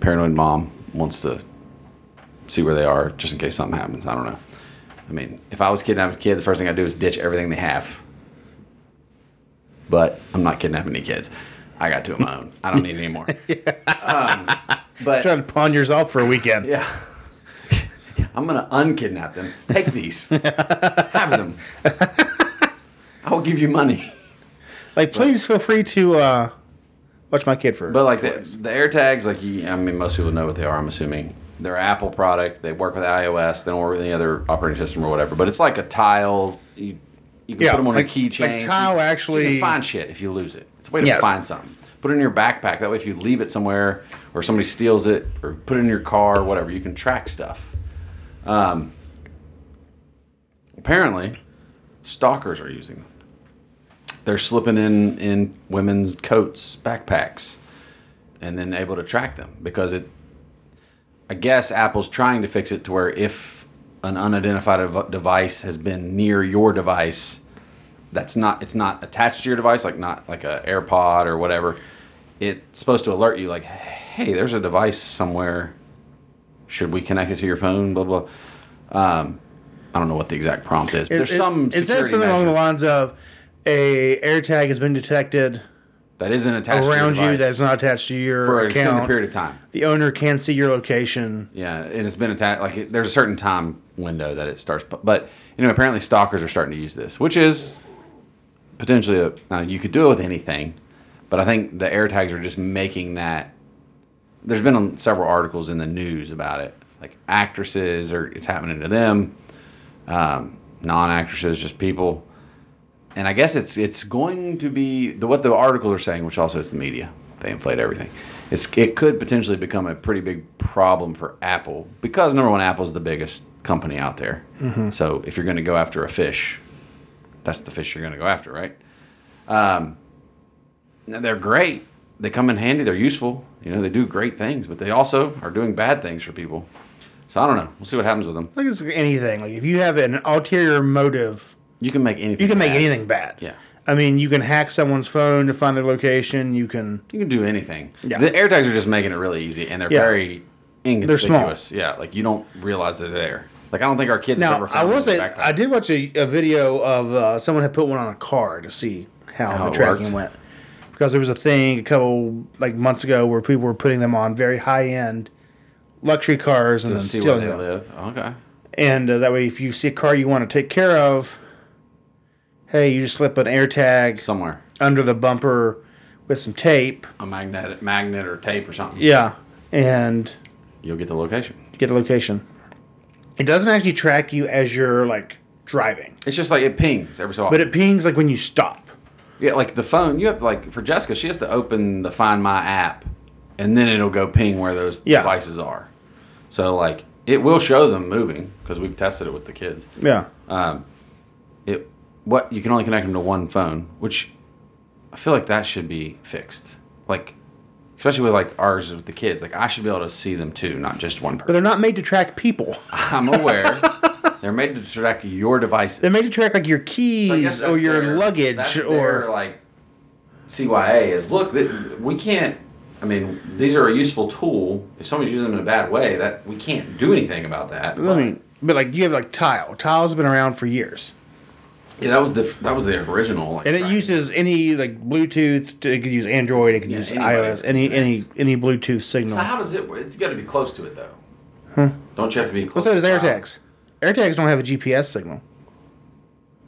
S3: paranoid mom wants to see where they are just in case something happens. I don't know. I mean, if I was kidnapping a kid, the first thing I do is ditch everything they have. But I'm not kidnapping any kids. I got two of my own. I don't need any more. Um, but
S2: Trying to pawn yours off for a weekend.
S3: yeah, I'm gonna unkidnap them. Take these. have them. I will give you money.
S2: Like, please feel free to uh, watch my kid for.
S3: But like the, the AirTags, like you, I mean, most people know what they are. I'm assuming they're an Apple product. They work with iOS. They don't work with any other operating system or whatever. But it's like a tile. You, you can
S2: Yeah,
S3: put them on
S2: like-
S3: your
S2: like
S3: keychain.
S2: tile
S3: So you- so
S2: actually-
S3: you can find shit if you lose it. It's a way to
S2: Yes.
S3: find something. Put it in your backpack. That way, if you leave it somewhere or somebody steals it or put it in your car or whatever, you can track stuff. Um, apparently, stalkers are using them. They're slipping in in women's coats, backpacks, and then able to track them because it. I guess Apple's trying to fix it to where if an unidentified dev- device has been near your device, that's not it's not attached to your device, like not like a AirPod or whatever. It's supposed to alert you like, hey, there's a device somewhere. Should we connect it to your phone? Blah blah. Um, I don't know what the exact prompt is. But
S2: It-
S3: there's
S2: it-
S3: some.
S2: It
S3: security
S2: says something along the
S3: measure.
S2: lines of a AirTag has been detected
S3: that isn't attached
S2: around
S3: to your
S2: you
S3: device
S2: that's not attached to your
S3: for an extended
S2: account.
S3: period of time.
S2: The owner can see your location.
S3: Yeah, and it's been attacked. Like it, there's a certain time window that it starts, but, but you know apparently stalkers are starting to use this, which is potentially a. Now you could do it with anything, but I think the air tags are just making that. There's been um, several articles in the news about it, like actresses or it's happening to them, um, non-actresses, just people. And I guess it's it's going to be the what the articles are saying, which also is the media. They inflate everything. It's it could potentially become a pretty big problem for Apple because number one, Apple's the biggest company out there.
S2: Mm-hmm.
S3: So if you're going to go after a fish, that's the fish you're going to go after, right? Um, Now, they're great. They come in handy. They're useful. You know, they do great things, but they also are doing bad things for people. So I don't know. We'll see what happens with them.
S2: I think it's anything. Like if you have an ulterior motive,
S3: You can make anything.
S2: you can make
S3: bad.
S2: anything bad.
S3: Yeah.
S2: I mean, you can hack someone's phone to find their location. You can.
S3: You can do anything.
S2: Yeah.
S3: The air tags are just making it really easy, and they're
S2: Yeah.
S3: very
S2: small.
S3: inconspicuous. Yeah, like you don't realize they're there. Like I don't think our kids have
S2: Now,
S3: ever
S2: I
S3: found
S2: will
S3: one in
S2: say,
S3: their backpack.
S2: I did watch a, a video of uh, someone had put one on a car to see how,
S3: How
S2: the
S3: it
S2: tracking
S3: worked.
S2: went. Because there was a thing a couple like months ago where people were putting them on very high end luxury cars and
S3: to
S2: then
S3: see where
S2: stealing
S3: they
S2: them.
S3: live. Okay.
S2: And uh, that way, if you see a car you want to take care of, hey, you just slip an air tag
S3: Somewhere.
S2: under the bumper with some tape.
S3: A magnet magnet or tape or something.
S2: Yeah. And
S3: You'll get the location.
S2: get the location. It doesn't actually track you as you're like driving,
S3: It's just like it pings every so often.
S2: but it pings like when you stop.
S3: Yeah, like the phone, you have to like for Jessica, she has to open the Find My app, and then it'll go ping where those
S2: Yeah.
S3: devices are. So like it will show them moving because we've tested it with the kids.
S2: Yeah.
S3: It what you can only connect them to one phone, which I feel like that should be fixed. Like especially with like ours with the kids, like I should be able to see them too, not just one
S2: but
S3: person.
S2: they're not made to track people.
S3: I'm aware they're made to track your devices.
S2: They're made to track like your
S3: I
S2: keys
S3: guess
S2: or
S3: that's
S2: your
S3: their- that's
S2: luggage
S3: their,
S2: or
S3: like CYA is look that we can't. I mean, these are a useful tool. If somebody's using them in a bad way, that we can't do anything about that.
S2: I mean, but like you have like tile. Tile's been around for years,
S3: yeah, that was the that was the original. Like,
S2: and it
S3: track.
S2: uses any like Bluetooth. It could use Android. It could
S3: Yeah,
S2: use
S3: anybody.
S2: iOS. Any any any Bluetooth signal.
S3: So how does it? It's got to be close to it though. Don't you have to be
S2: Hmm. Well,
S3: close?
S2: so does
S3: to the
S2: AirTags. AirTags don't have a GPS signal.
S3: cloud?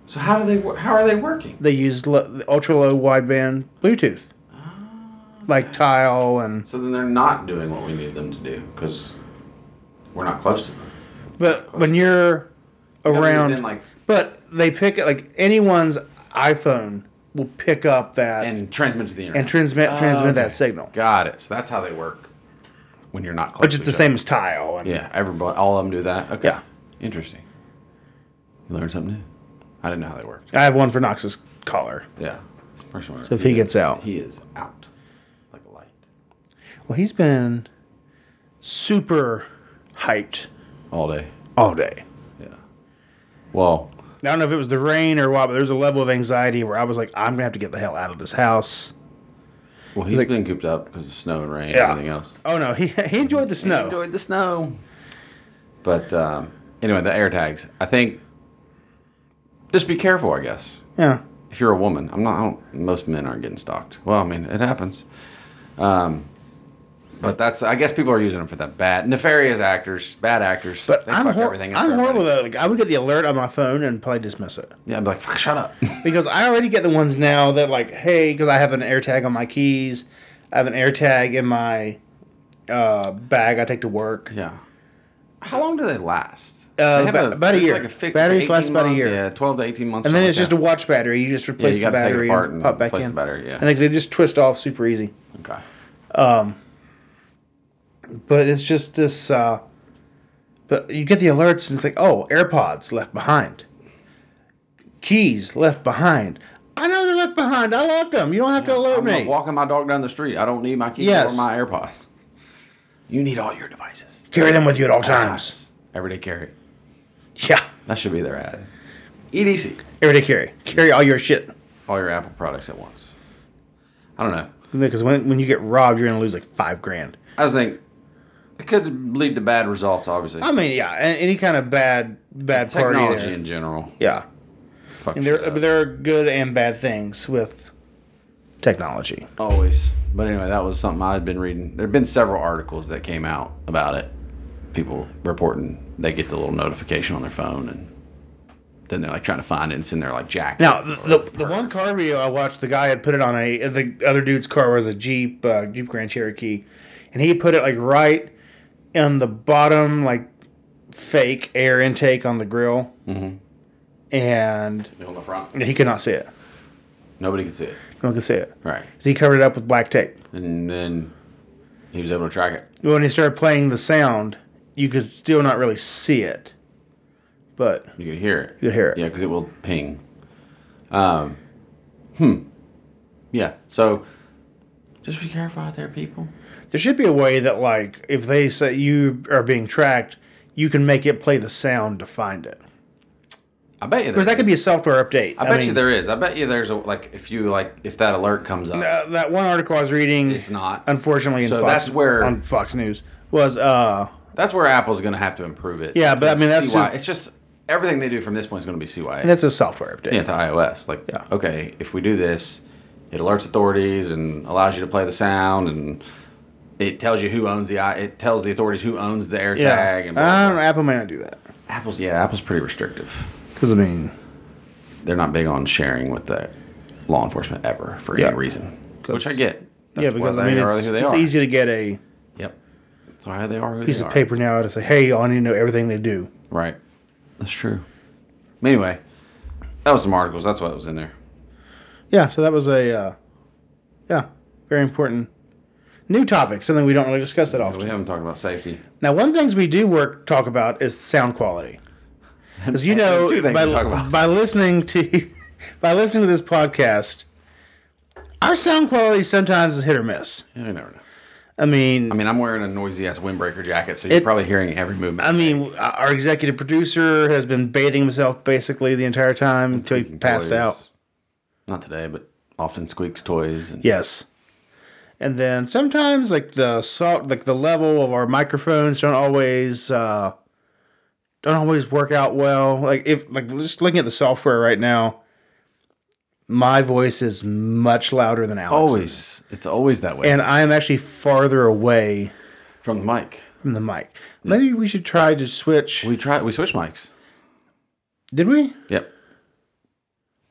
S3: So how do they? wor- How are they working?
S2: They use lo- ultra low wideband Bluetooth,
S3: Ah.
S2: like tile and
S3: So then they're not doing what we need them to do because we're not close to them.
S2: But when you're
S3: be
S2: around,
S3: within, like-
S2: but they pick like anyone's iPhone will pick up that and,
S3: And transmit to the internet.
S2: transmit transmit
S3: Oh, okay.
S2: that signal,
S3: got it. So that's how they work when you're not close.
S2: which
S3: to
S2: is the
S3: each other.
S2: same as Tile. And
S3: Yeah, everybody, all of them do that. Okay.
S2: Yeah.
S3: Interesting. You learned something new. I didn't know how they worked.
S2: I have one for Knox's collar.
S3: Yeah. This person was-
S2: So if he gets out,
S3: he is out like a light.
S2: well, he's been super hyped
S3: All day.
S2: all day.
S3: Yeah. Well,
S2: I don't know if it was the rain or what, but there was a level of anxiety where I was like, I'm gonna have to get the hell out of this house.
S3: well, he's
S2: Like-
S3: been cooped up because of snow and rain and
S2: Yeah.
S3: everything else.
S2: Oh no, he he enjoyed the
S3: He
S2: snow.
S3: enjoyed the snow. But um, anyway, the air tags. I think just be careful, I guess.
S2: Yeah,
S3: If you're a woman, I'm not. I don't, most men aren't getting stalked. Well, I mean, it happens. Um, but that's. I guess people are using them for that bad, nefarious actors, bad actors.
S2: but
S3: They
S2: I'm
S3: fuck
S2: hor-
S3: everything up
S2: I'm
S3: for
S2: horrible
S3: everybody.
S2: though. Like I would get the alert on my phone and probably dismiss it.
S3: Yeah, I'd be like, fuck, shut up.
S2: because I already get the ones now that like, hey, because I have an air tag on my keys, I have an air tag in my uh, bag I take to work.
S3: yeah. How long do they last?
S2: Uh,
S3: They have
S2: about- about a
S3: there's
S2: year.
S3: fix-
S2: Batteries
S3: 18
S2: last about a
S3: months,
S2: year.
S3: Yeah, twelve to eighteen months.
S2: And then
S3: something
S2: it's
S3: like
S2: just a watch battery. You just replace the
S3: gotta take it
S2: battery
S3: apart
S2: and
S3: and
S2: pop back
S3: replace
S2: in.
S3: the battery, yeah.
S2: And like they just twist off super easy.
S3: that. Okay.
S2: But it's just this. Uh, but you get the alerts and it's like, oh, AirPods left behind, keys left behind. I know they're left behind. I left them. You don't have to alert
S3: I'm
S2: me.
S3: walking my dog down the street. I don't need my keys
S2: Yes.
S3: or my AirPods. You need all your devices.
S2: Carry them with you at all times.
S3: Times. Everyday carry.
S2: Yeah,
S3: That should be their ad. EDC.
S2: everyday carry. Carry all your shit.
S3: all your Apple products at once. I don't know.
S2: Because when, when you get robbed, you're gonna lose like five grand.
S3: I just think it could lead to bad results, obviously.
S2: I mean, yeah, a- any kind of bad bad party.
S3: Technology
S2: There.
S3: in general.
S2: Yeah,
S3: Fuck
S2: and there
S3: shit up.
S2: there are good and bad things with technology.
S3: Always. But anyway, that was something I had been reading. There have been several articles that came out about it. People reporting they get the little notification on their phone and then they're like trying to find it. It's in there like Jack.
S2: Now, the, the, the one car video I watched, the guy had put it on a the other dude's car was a Jeep uh, Jeep Grand Cherokee, and he put it like right in the bottom like fake air intake on the grill, and
S3: on the front.
S2: he could not see it.
S3: Nobody could see it.
S2: No one could see it.
S3: Right.
S2: So he covered it up with black tape.
S3: And then he was able to track it.
S2: when he started playing the sound, you could still not really see it, but
S3: You could hear it.
S2: you could hear it.
S3: Yeah, because it will ping. Um, hmm. Yeah. So just be careful out there, people.
S2: There should be a way that, like, if they say you are being tracked, you can make it play the sound to find it.
S3: I bet you there's
S2: Because that could be a software update.
S3: I bet
S2: mean,
S3: you there is. I bet you there's a like if you like if that alert comes up,
S2: uh, that one article I was reading.
S3: it's not.
S2: unfortunately, in
S3: So
S2: Fox,
S3: that's where-
S2: on Fox News was uh
S3: That's where Apple's going to have to improve it.
S2: Yeah, but
S3: to
S2: I mean, that's
S3: CY.
S2: just-
S3: it's just everything they do from this point is going to be CYA.
S2: that's a software update.
S3: yeah, to iOS. Like,
S2: Yeah.
S3: okay, if we do this, it alerts authorities and allows you to play the sound, and it tells you who owns the i. It tells the authorities who owns the AirTag.
S2: yeah. Uh.
S3: And
S2: I
S3: blah,
S2: don't
S3: blah,
S2: know, Apple may not do that
S3: blah. Apple's yeah, Apple's pretty restrictive.
S2: because I mean,
S3: They're not big on sharing with the law enforcement ever for
S2: Yeah.
S3: any reason,
S2: 'Cause-
S3: which I get.
S2: yeah,
S3: That's why
S2: because I
S3: they
S2: mean,
S3: are
S2: it's,
S3: who they
S2: it's
S3: are.
S2: easy to get a
S3: Yep. That's why they are who
S2: piece
S3: they
S2: of
S3: are.
S2: paper now to say, hey, I need to know everything they do.
S3: Right. That's true. Anyway, that was some articles. That's what was in there.
S2: Yeah, so that was a uh, yeah very important new topic, something we don't really discuss that
S3: We
S2: often.
S3: haven't talked about safety.
S2: Now, one of the things we do work talk about is sound quality, because you know
S3: Two things
S2: by,
S3: to talk about.
S2: by listening to by listening to this podcast, our sound quality sometimes is hit or miss.
S3: Yeah, you never know.
S2: I mean,
S3: I mean, I'm wearing a noisy ass windbreaker jacket, so you're
S2: It-
S3: probably hearing every movement.
S2: I mean, our executive producer has been bathing himself basically the entire time until he
S3: Squeaking
S2: passed
S3: toys.
S2: out.
S3: Not today, but often squeaks toys. And
S2: Yes. And then sometimes like the salt like the level of our microphones don't always uh don't always work out well. Like if like just looking at the software right now, my voice is much louder than Alex's.
S3: Always, it's always that way
S2: And I am actually farther away
S3: from the mic.
S2: from the mic. Maybe we should try to switch.
S3: We tried, we switched mics.
S2: Did we?
S3: Yep.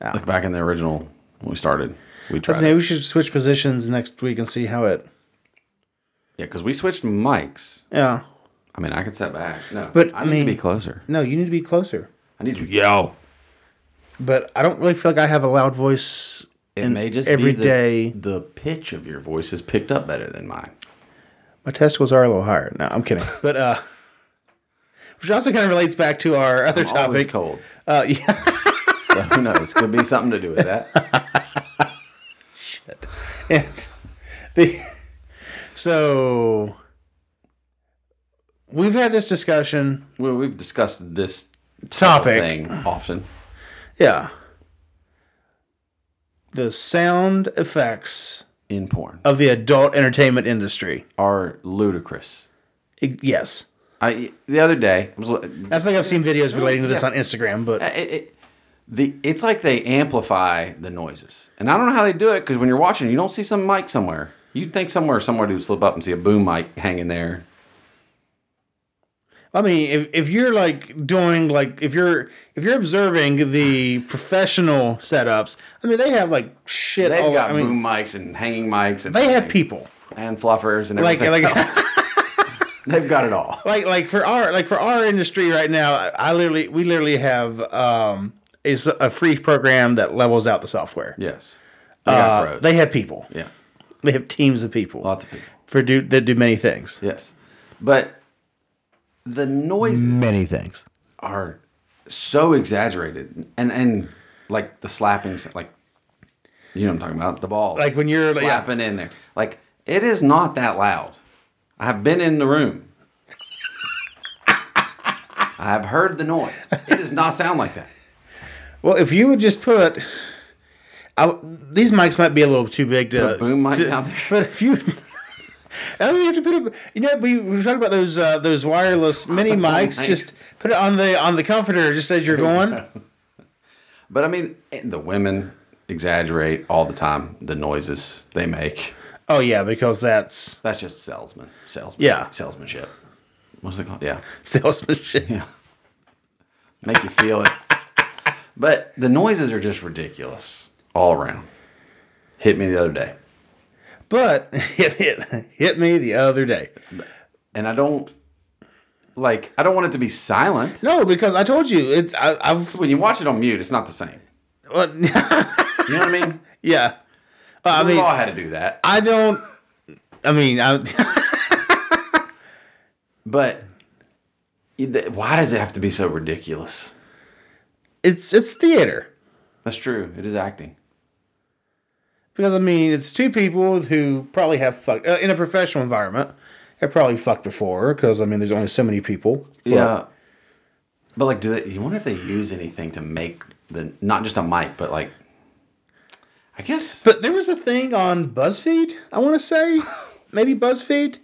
S2: Ah.
S3: Like back in the original when we started, we tried.
S2: Maybe
S3: it.
S2: we should switch positions next week and see how it.
S3: Yeah, because we switched mics.
S2: Yeah.
S3: I mean, I could set back. No,
S2: But,
S3: I
S2: I
S3: need
S2: mean-
S3: to be closer.
S2: No, you need to be closer.
S3: I need to yell.
S2: But I don't really feel like I have a loud voice.
S3: It
S2: in
S3: may just
S2: every
S3: be the,
S2: day.
S3: the pitch of your voice is picked up better than mine.
S2: My testicles are a little higher. No, I'm kidding. But uh, which also kind of relates back to our other
S3: I'm always
S2: topic.
S3: cold.
S2: Uh, yeah,
S3: So who knows? Could be something to do with that.
S2: and the so we've had this discussion.
S3: Well, we've discussed this type of
S2: Topic.
S3: thing often.
S2: Yeah, the sound effects
S3: in porn
S2: of the adult entertainment industry.
S3: are ludicrous.
S2: I- yes,
S3: I the other day I was li-
S2: I think I've seen videos relating to this on Instagram, but
S3: it, it, eh, the it's like they amplify the noises, and I don't know how they do it because when you're watching, you don't see some mic somewhere. You'd think somewhere somebody would slip up and see a boom mic hanging there.
S2: I mean, if, if you're like doing like if you're if you're observing the professional setups, I mean they have like shit.
S3: They've
S2: all,
S3: got
S2: Oh, I mean,
S3: boom mics and hanging mics, and
S2: they have
S3: everything.
S2: people
S3: and fluffers and
S2: like
S3: everything.
S2: like
S3: They've got it all.
S2: like like for our like for our industry right now. I, I literally we literally have um is a free program that levels out the software.
S3: Yes, they got
S2: Uh,
S3: pros.
S2: they have people.
S3: yeah,
S2: They have teams of people
S3: lots of people.
S2: for do that do many things.
S3: Yes, but the noises
S2: Many things.
S3: are so exaggerated and and like the slapping s- like you know what I'm talking about the ball
S2: Like when you're- yeah.
S3: slapping in there like it is not that loud I have been in the room I have heard the noise it does not sound like that
S2: Well, if you would just put. I w these mics might be a little too big to
S3: boom mic
S2: to-
S3: down there.
S2: but if you, I don't have to put it. You know, we we were talking about those uh, those wireless mini mics.
S3: mic.
S2: Just put it on the on the comforter just as you're going.
S3: but I mean and the women exaggerate all the time the noises they make
S2: Oh yeah, because that's
S3: that's just salesman salesman
S2: Yeah.
S3: salesmanship what's it called yeah
S2: salesmanship.
S3: Yeah. Make you feel it. But the noises are just ridiculous all around. Hit me the other day.
S2: But it hit, hit me the other day.
S3: And I don't like I don't want it to be silent.
S2: No, because I told you it's I, I've
S3: When you watch it on mute, it's not the same.
S2: well,
S3: You know what I mean?
S2: yeah. Uh, I
S3: we
S2: mean,
S3: all had to do that.
S2: I don't. I mean, I,
S3: But it- why does it have to be so ridiculous?
S2: it's it's theater.
S3: That's true. It is acting.
S2: Because I mean, it's two people who probably have fucked uh, in a professional environment. Have probably fucked before. Because I mean, there's only so many people. But
S3: yeah. But like, do they? You wonder if they use anything to make the not just a mic, but like, I guess.
S2: But there was a thing on BuzzFeed, I want to say, maybe BuzzFeed,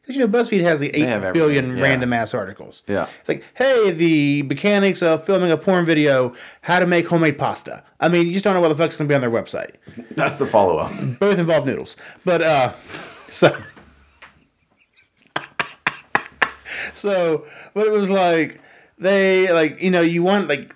S2: because you know BuzzFeed has the
S3: have
S2: eight
S3: everything,
S2: billion
S3: yeah.
S2: random ass articles.
S3: Yeah.
S2: It's like, hey, the mechanics of filming a porn video, how to make homemade pasta. I mean, you just don't know what the fuck's gonna be on their website.
S3: that's the follow up.
S2: Both involve noodles, but uh, so. So, but it was like they like you know you want like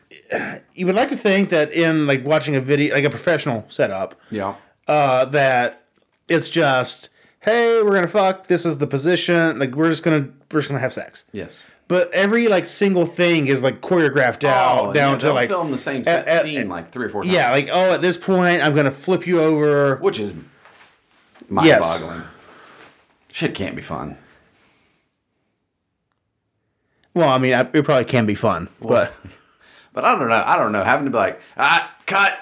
S2: you would like to think that in like watching a video like a professional setup
S3: Yeah.
S2: uh, that it's just hey we're gonna fuck this is the position like we're just gonna we're just gonna have sex
S3: Yes.
S2: but every like single thing is like choreographed out
S3: Oh,
S2: down
S3: yeah,
S2: to
S3: they'll
S2: like
S3: film the same
S2: at- at-
S3: scene like three or four times.
S2: yeah like oh at this point i'm gonna flip you over
S3: which is mind boggling.
S2: Yes.
S3: Shit can't be fun.
S2: well i mean I, it probably can be fun but
S3: But I don't know. I don't know. Having to be like, ah, cut.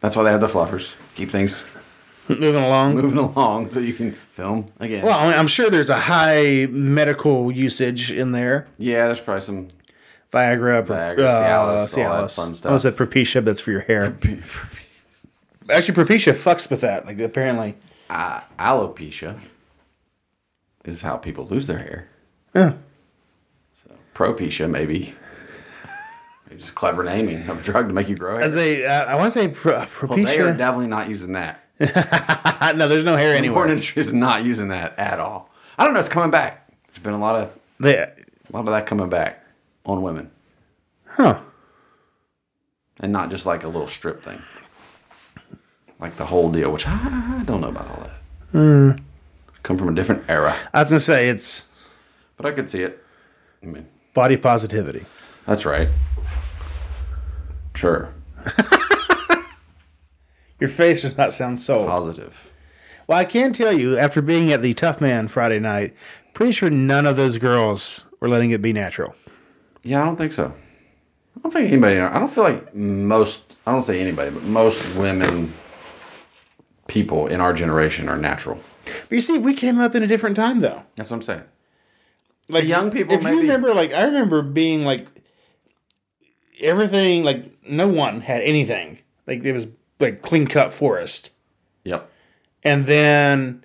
S3: That's why they have the fluffers. Keep things
S2: moving along
S3: moving along so you can film again.
S2: well I mean, i'm sure there's a high medical usage in there
S3: yeah, there's probably some
S2: viagra,
S3: Viagra,
S2: uh,
S3: Cialis, all that
S2: Cialis.
S3: fun
S2: i was
S3: stuff.
S2: at propecia that's for your hair actually propecia fucks with that like apparently
S3: uh, alopecia. Is how people lose their hair. So propecia maybe. Maybe Just clever naming of a drug to make you grow hair.
S2: as they uh, i want to say pro-
S3: Well, they are
S2: propecia
S3: definitely not using that.
S2: Uh, no, there's no hair
S3: The
S2: anywhere.
S3: porn industry is not using that at all. I don't know. It's coming back. There's been a lot of
S2: They-
S3: a lot of that coming back on women,
S2: huh.
S3: and not just like a little strip thing, like the whole deal. Which I, I don't know about all that.
S2: Hmm.
S3: Come from a different era,
S2: I was gonna say it's
S3: but I could see it. I mean,
S2: body positivity.
S3: that's right. Sure,
S2: Your face does not sound sold.
S3: Oh. positive.
S2: Well, I can tell you, after being at the Tough Man Friday night, pretty sure none of those girls were letting it be natural.
S3: Yeah, I don't think so. I don't think anybody. I don't feel like most. I don't say anybody, but most women, people in our generation are natural.
S2: But you see, we came up in a different time though.
S3: That's what I'm saying.
S2: Like
S3: young people
S2: If
S3: maybe-
S2: you remember, like I remember being like everything, like no one had anything. Like it was like clean cut forest.
S3: Yep.
S2: and then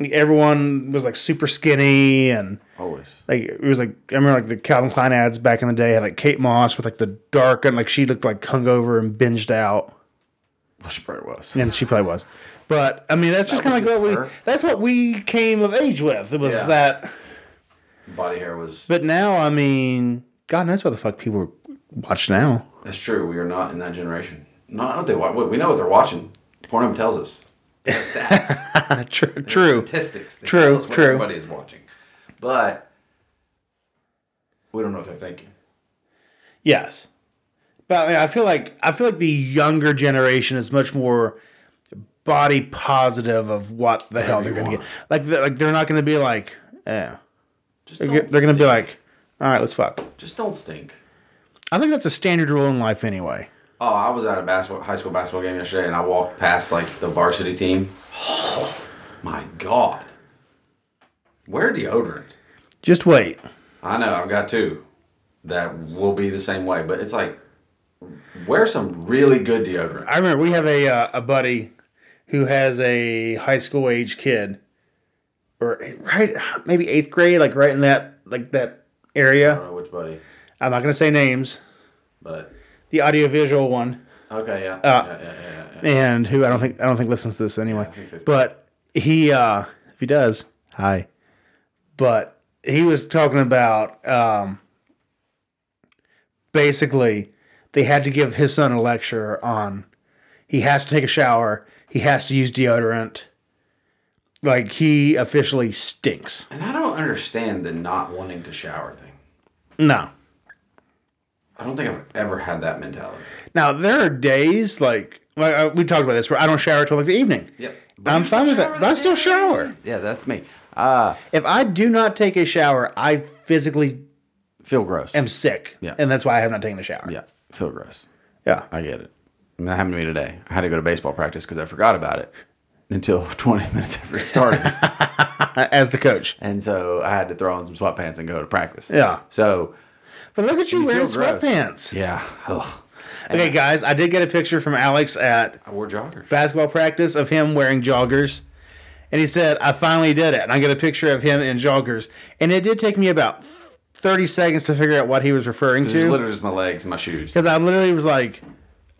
S2: like, everyone was like super skinny and
S3: Always.
S2: like it was like I remember like the Calvin Klein ads back in the day had like Kate Moss with like the dark and like she looked like hungover and binged out
S3: Well, she probably was.
S2: and she probably was, but I mean that's just
S3: That
S2: kind of
S3: was
S2: like what
S3: just
S2: we
S3: her.
S2: that's what we came of age with it was
S3: Yeah.
S2: that
S3: Body hair was.
S2: but now I mean God knows what the fuck people watch now
S3: That's true. We are not in that generation. Not what they watch. We know what they're watching. Pornhub tells us. They have Stats.
S2: true true
S3: Statistics. They
S2: True,
S3: Tell us what
S2: true.
S3: Everybody is watching, but we don't know what they're thinking.
S2: Yes, but I, mean, I feel like I feel like the younger generation is much more body positive of what the hell they're
S3: you
S2: going to
S3: want.
S2: get. Like, they're, like they're not going to be like, yeah,
S3: Just
S2: they're,
S3: don't
S2: go- they're going to be
S3: stink.
S2: like, all right, let's fuck.
S3: Just don't stink.
S2: I think that's a standard rule in life anyway.
S3: Oh, I was at a basketball, high school basketball game yesterday, and I walked past like the varsity team. Oh, my god! Wear deodorant.
S2: Just wait.
S3: I know, I've got two that will be the same way, but it's like wear some really good deodorant.
S2: I remember we have a uh, a buddy who has a high school age kid, or eh, right maybe eighth grade, like right in that like that
S3: I
S2: area.
S3: don't know which buddy,
S2: I'm not going to say names.
S3: but
S2: The audiovisual one.
S3: okay, yeah,
S2: Uh,
S3: yeah, yeah, yeah, yeah,
S2: and who I don't think I don't think listens to this anyway.
S3: I think fifty.
S2: but he uh if he does, hi. But he was talking about um basically they had to give his son a lecture on he has to take a shower, he has to use deodorant. Like he officially stinks.
S3: And I don't understand the not wanting to shower thing.
S2: No.
S3: I don't think I've ever had that mentality.
S2: Now there are days like like, uh, we talked about this where I don't shower till like the evening.
S3: Yep.
S2: I'm fine with that, but I still shower.
S3: Yeah, that's me. Uh,
S2: If I do not take a shower, I physically
S3: feel gross.
S2: am sick.
S3: Yeah.
S2: And that's why I have not taken a shower.
S3: yeah, feel gross.
S2: Yeah.
S3: I get it. And that happened to me today. I had to go to baseball practice because I forgot about it. until 20 minutes after it started.
S2: as the coach.
S3: and so I had to throw on some sweatpants and go to practice.
S2: Yeah.
S3: So,
S2: But look at you,
S3: You
S2: wearing
S3: feel gross.
S2: sweatpants.
S3: yeah. Ugh.
S2: Okay, guys, I did get a picture from Alex at
S3: I wore joggers.
S2: basketball practice of him wearing joggers. And he said, I finally did it. And I got a picture of him in joggers. And it did take me about 30 seconds to figure out what he was
S3: It
S2: referring
S3: was
S2: to.
S3: literally just my legs and my shoes.
S2: Because I literally was like,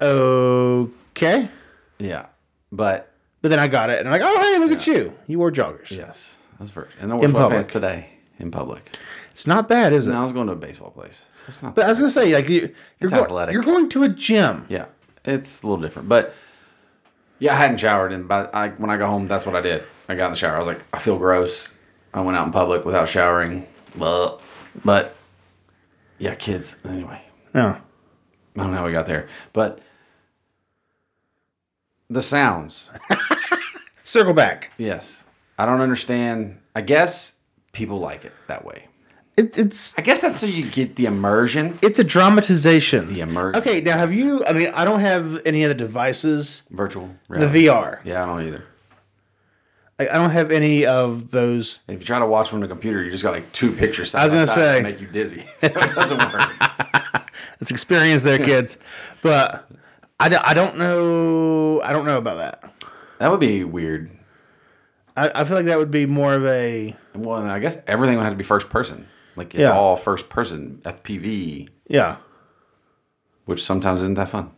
S2: okay.
S3: Yeah. But,
S2: But then I got it. And I'm like, oh, hey, look at you. You wore joggers.
S3: yes. I was very, and I wore
S2: In
S3: sweatpants
S2: public.
S3: today in public.
S2: It's not bad, is it?
S3: And I was going to a baseball place. So it's not
S2: But I was going to say, like, you, you're,
S3: It's
S2: going,
S3: athletic.
S2: you're going to a gym.
S3: Yeah, it's a little different, but yeah, I hadn't showered, and by I, when I got home, that's what I did. I got in the shower. I was like, I feel gross. I went out in public without showering. Well, but yeah, kids. Anyway,
S2: Yeah.
S3: I don't know how we got there, but the sounds.
S2: Circle back.
S3: Yes, I don't understand. I guess people like it that way.
S2: It, it's
S3: I guess that's so you get the immersion.
S2: it's a dramatization.
S3: The immersion.
S2: Okay, now have you? I mean, I don't have any of the devices.
S3: Virtual.
S2: The
S3: Reality.
S2: VR.
S3: yeah, I don't either.
S2: Like, I don't have any of those.
S3: If you try to watch from the computer, you just got like two pictures. Side
S2: I was
S3: by
S2: gonna
S3: side that
S2: say.
S3: make you dizzy, so it doesn't work.
S2: It's experience there, kids. But I, don't- I don't know. I don't know about that.
S3: that would be weird.
S2: I, I feel like that would be more of a
S3: Well, and I guess everything would have to be first person. Like it's
S2: Yeah.
S3: all first person FPV,
S2: yeah.
S3: which sometimes isn't that fun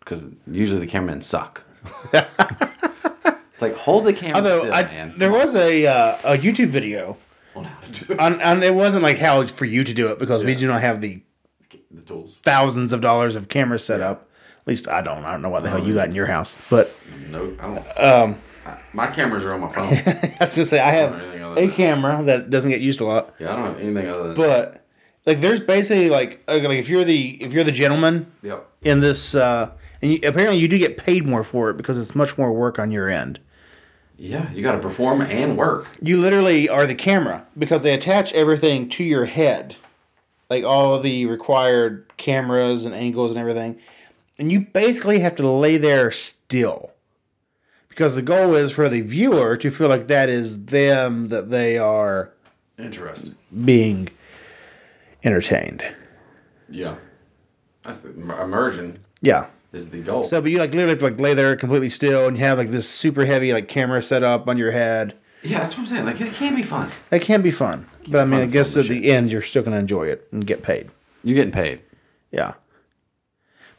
S3: because usually the cameramen suck. it's like hold the camera
S2: Although
S3: still,
S2: I,
S3: man.
S2: there was a uh, a YouTube video,
S3: Hold on how to do it.
S2: and, and it wasn't like how for you to do it because we do not have the
S3: the tools.
S2: thousands of dollars of camera set up. At least I don't. I don't know what the hell
S3: Um,
S2: you got in your house, but
S3: No, I don't. Um, my cameras are on my phone. yeah,
S2: I was gonna say I have
S3: Anything other
S2: a
S3: than that.
S2: camera that doesn't get used a lot,
S3: I don't have anything other than.
S2: but like there's basically like okay, like if you're the if you're the gentleman
S3: yep.
S2: in this, uh, and you, apparently you do get paid more for it because it's much more work on your end.
S3: Yeah, you got to perform and work.
S2: You literally are the camera because they attach everything to your head, like all of the required cameras and angles and everything, and you basically have to lay there still. Because the goal is for the viewer to feel like that is them, that they are
S3: Interesting.
S2: being entertained.
S3: Yeah. That's the im- immersion
S2: Yeah.
S3: is the goal.
S2: So, but you like literally have to like lay there completely still, and you have like this super heavy like camera set up on your head.
S3: yeah, that's what I'm saying. Like it can be fun.
S2: That can be fun, but I mean, I
S3: fun
S2: guess
S3: film
S2: at
S3: this
S2: the end you're still gonna enjoy it and get paid.
S3: You're getting paid.
S2: Yeah.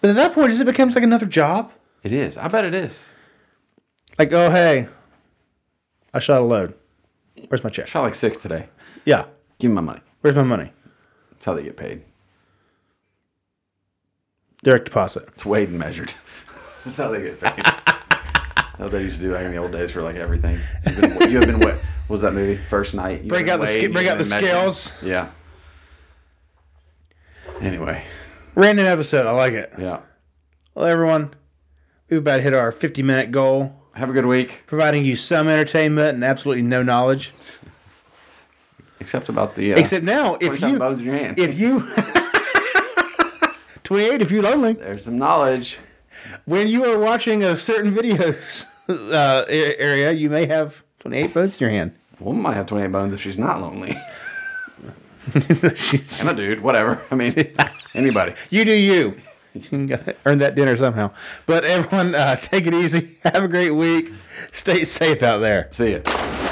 S2: But at that point, does it becomes like another job?
S3: It is. I bet it is.
S2: Like, oh hey, I shot a load. Where's my check?
S3: Shot like six today.
S2: Yeah.
S3: Give me my money.
S2: Where's my money?
S3: That's how they get paid.
S2: Direct deposit.
S3: It's weighed and measured. that's how they get paid. That's what they used to do back in the old days for like everything. You've been, you have been what? What was that movie? First night. You've
S2: Break
S3: been
S2: out the
S3: weighed,
S2: sca-
S3: you've
S2: break out
S3: been
S2: the
S3: measured.
S2: scales.
S3: Yeah. Anyway,
S2: Random episode. I like it.
S3: yeah.
S2: Well, everyone, we've about hit our 50 minute goal,
S3: Have a good week,
S2: providing you some entertainment and absolutely no knowledge.
S3: except about the. Uh,
S2: Except now, if
S3: 27
S2: you,
S3: bones in your hand.
S2: if you, 28, if you're lonely,
S3: There's some knowledge.
S2: when you are watching a certain videos uh, a- area, you may have 28 votes in your hand.
S3: A woman might have 28 bones if she's not lonely. and a dude, whatever. I mean, anybody.
S2: You do you. You can gotta earn that dinner somehow. But everyone, uh, take it easy. Have a great week. Stay safe out there.
S3: See ya.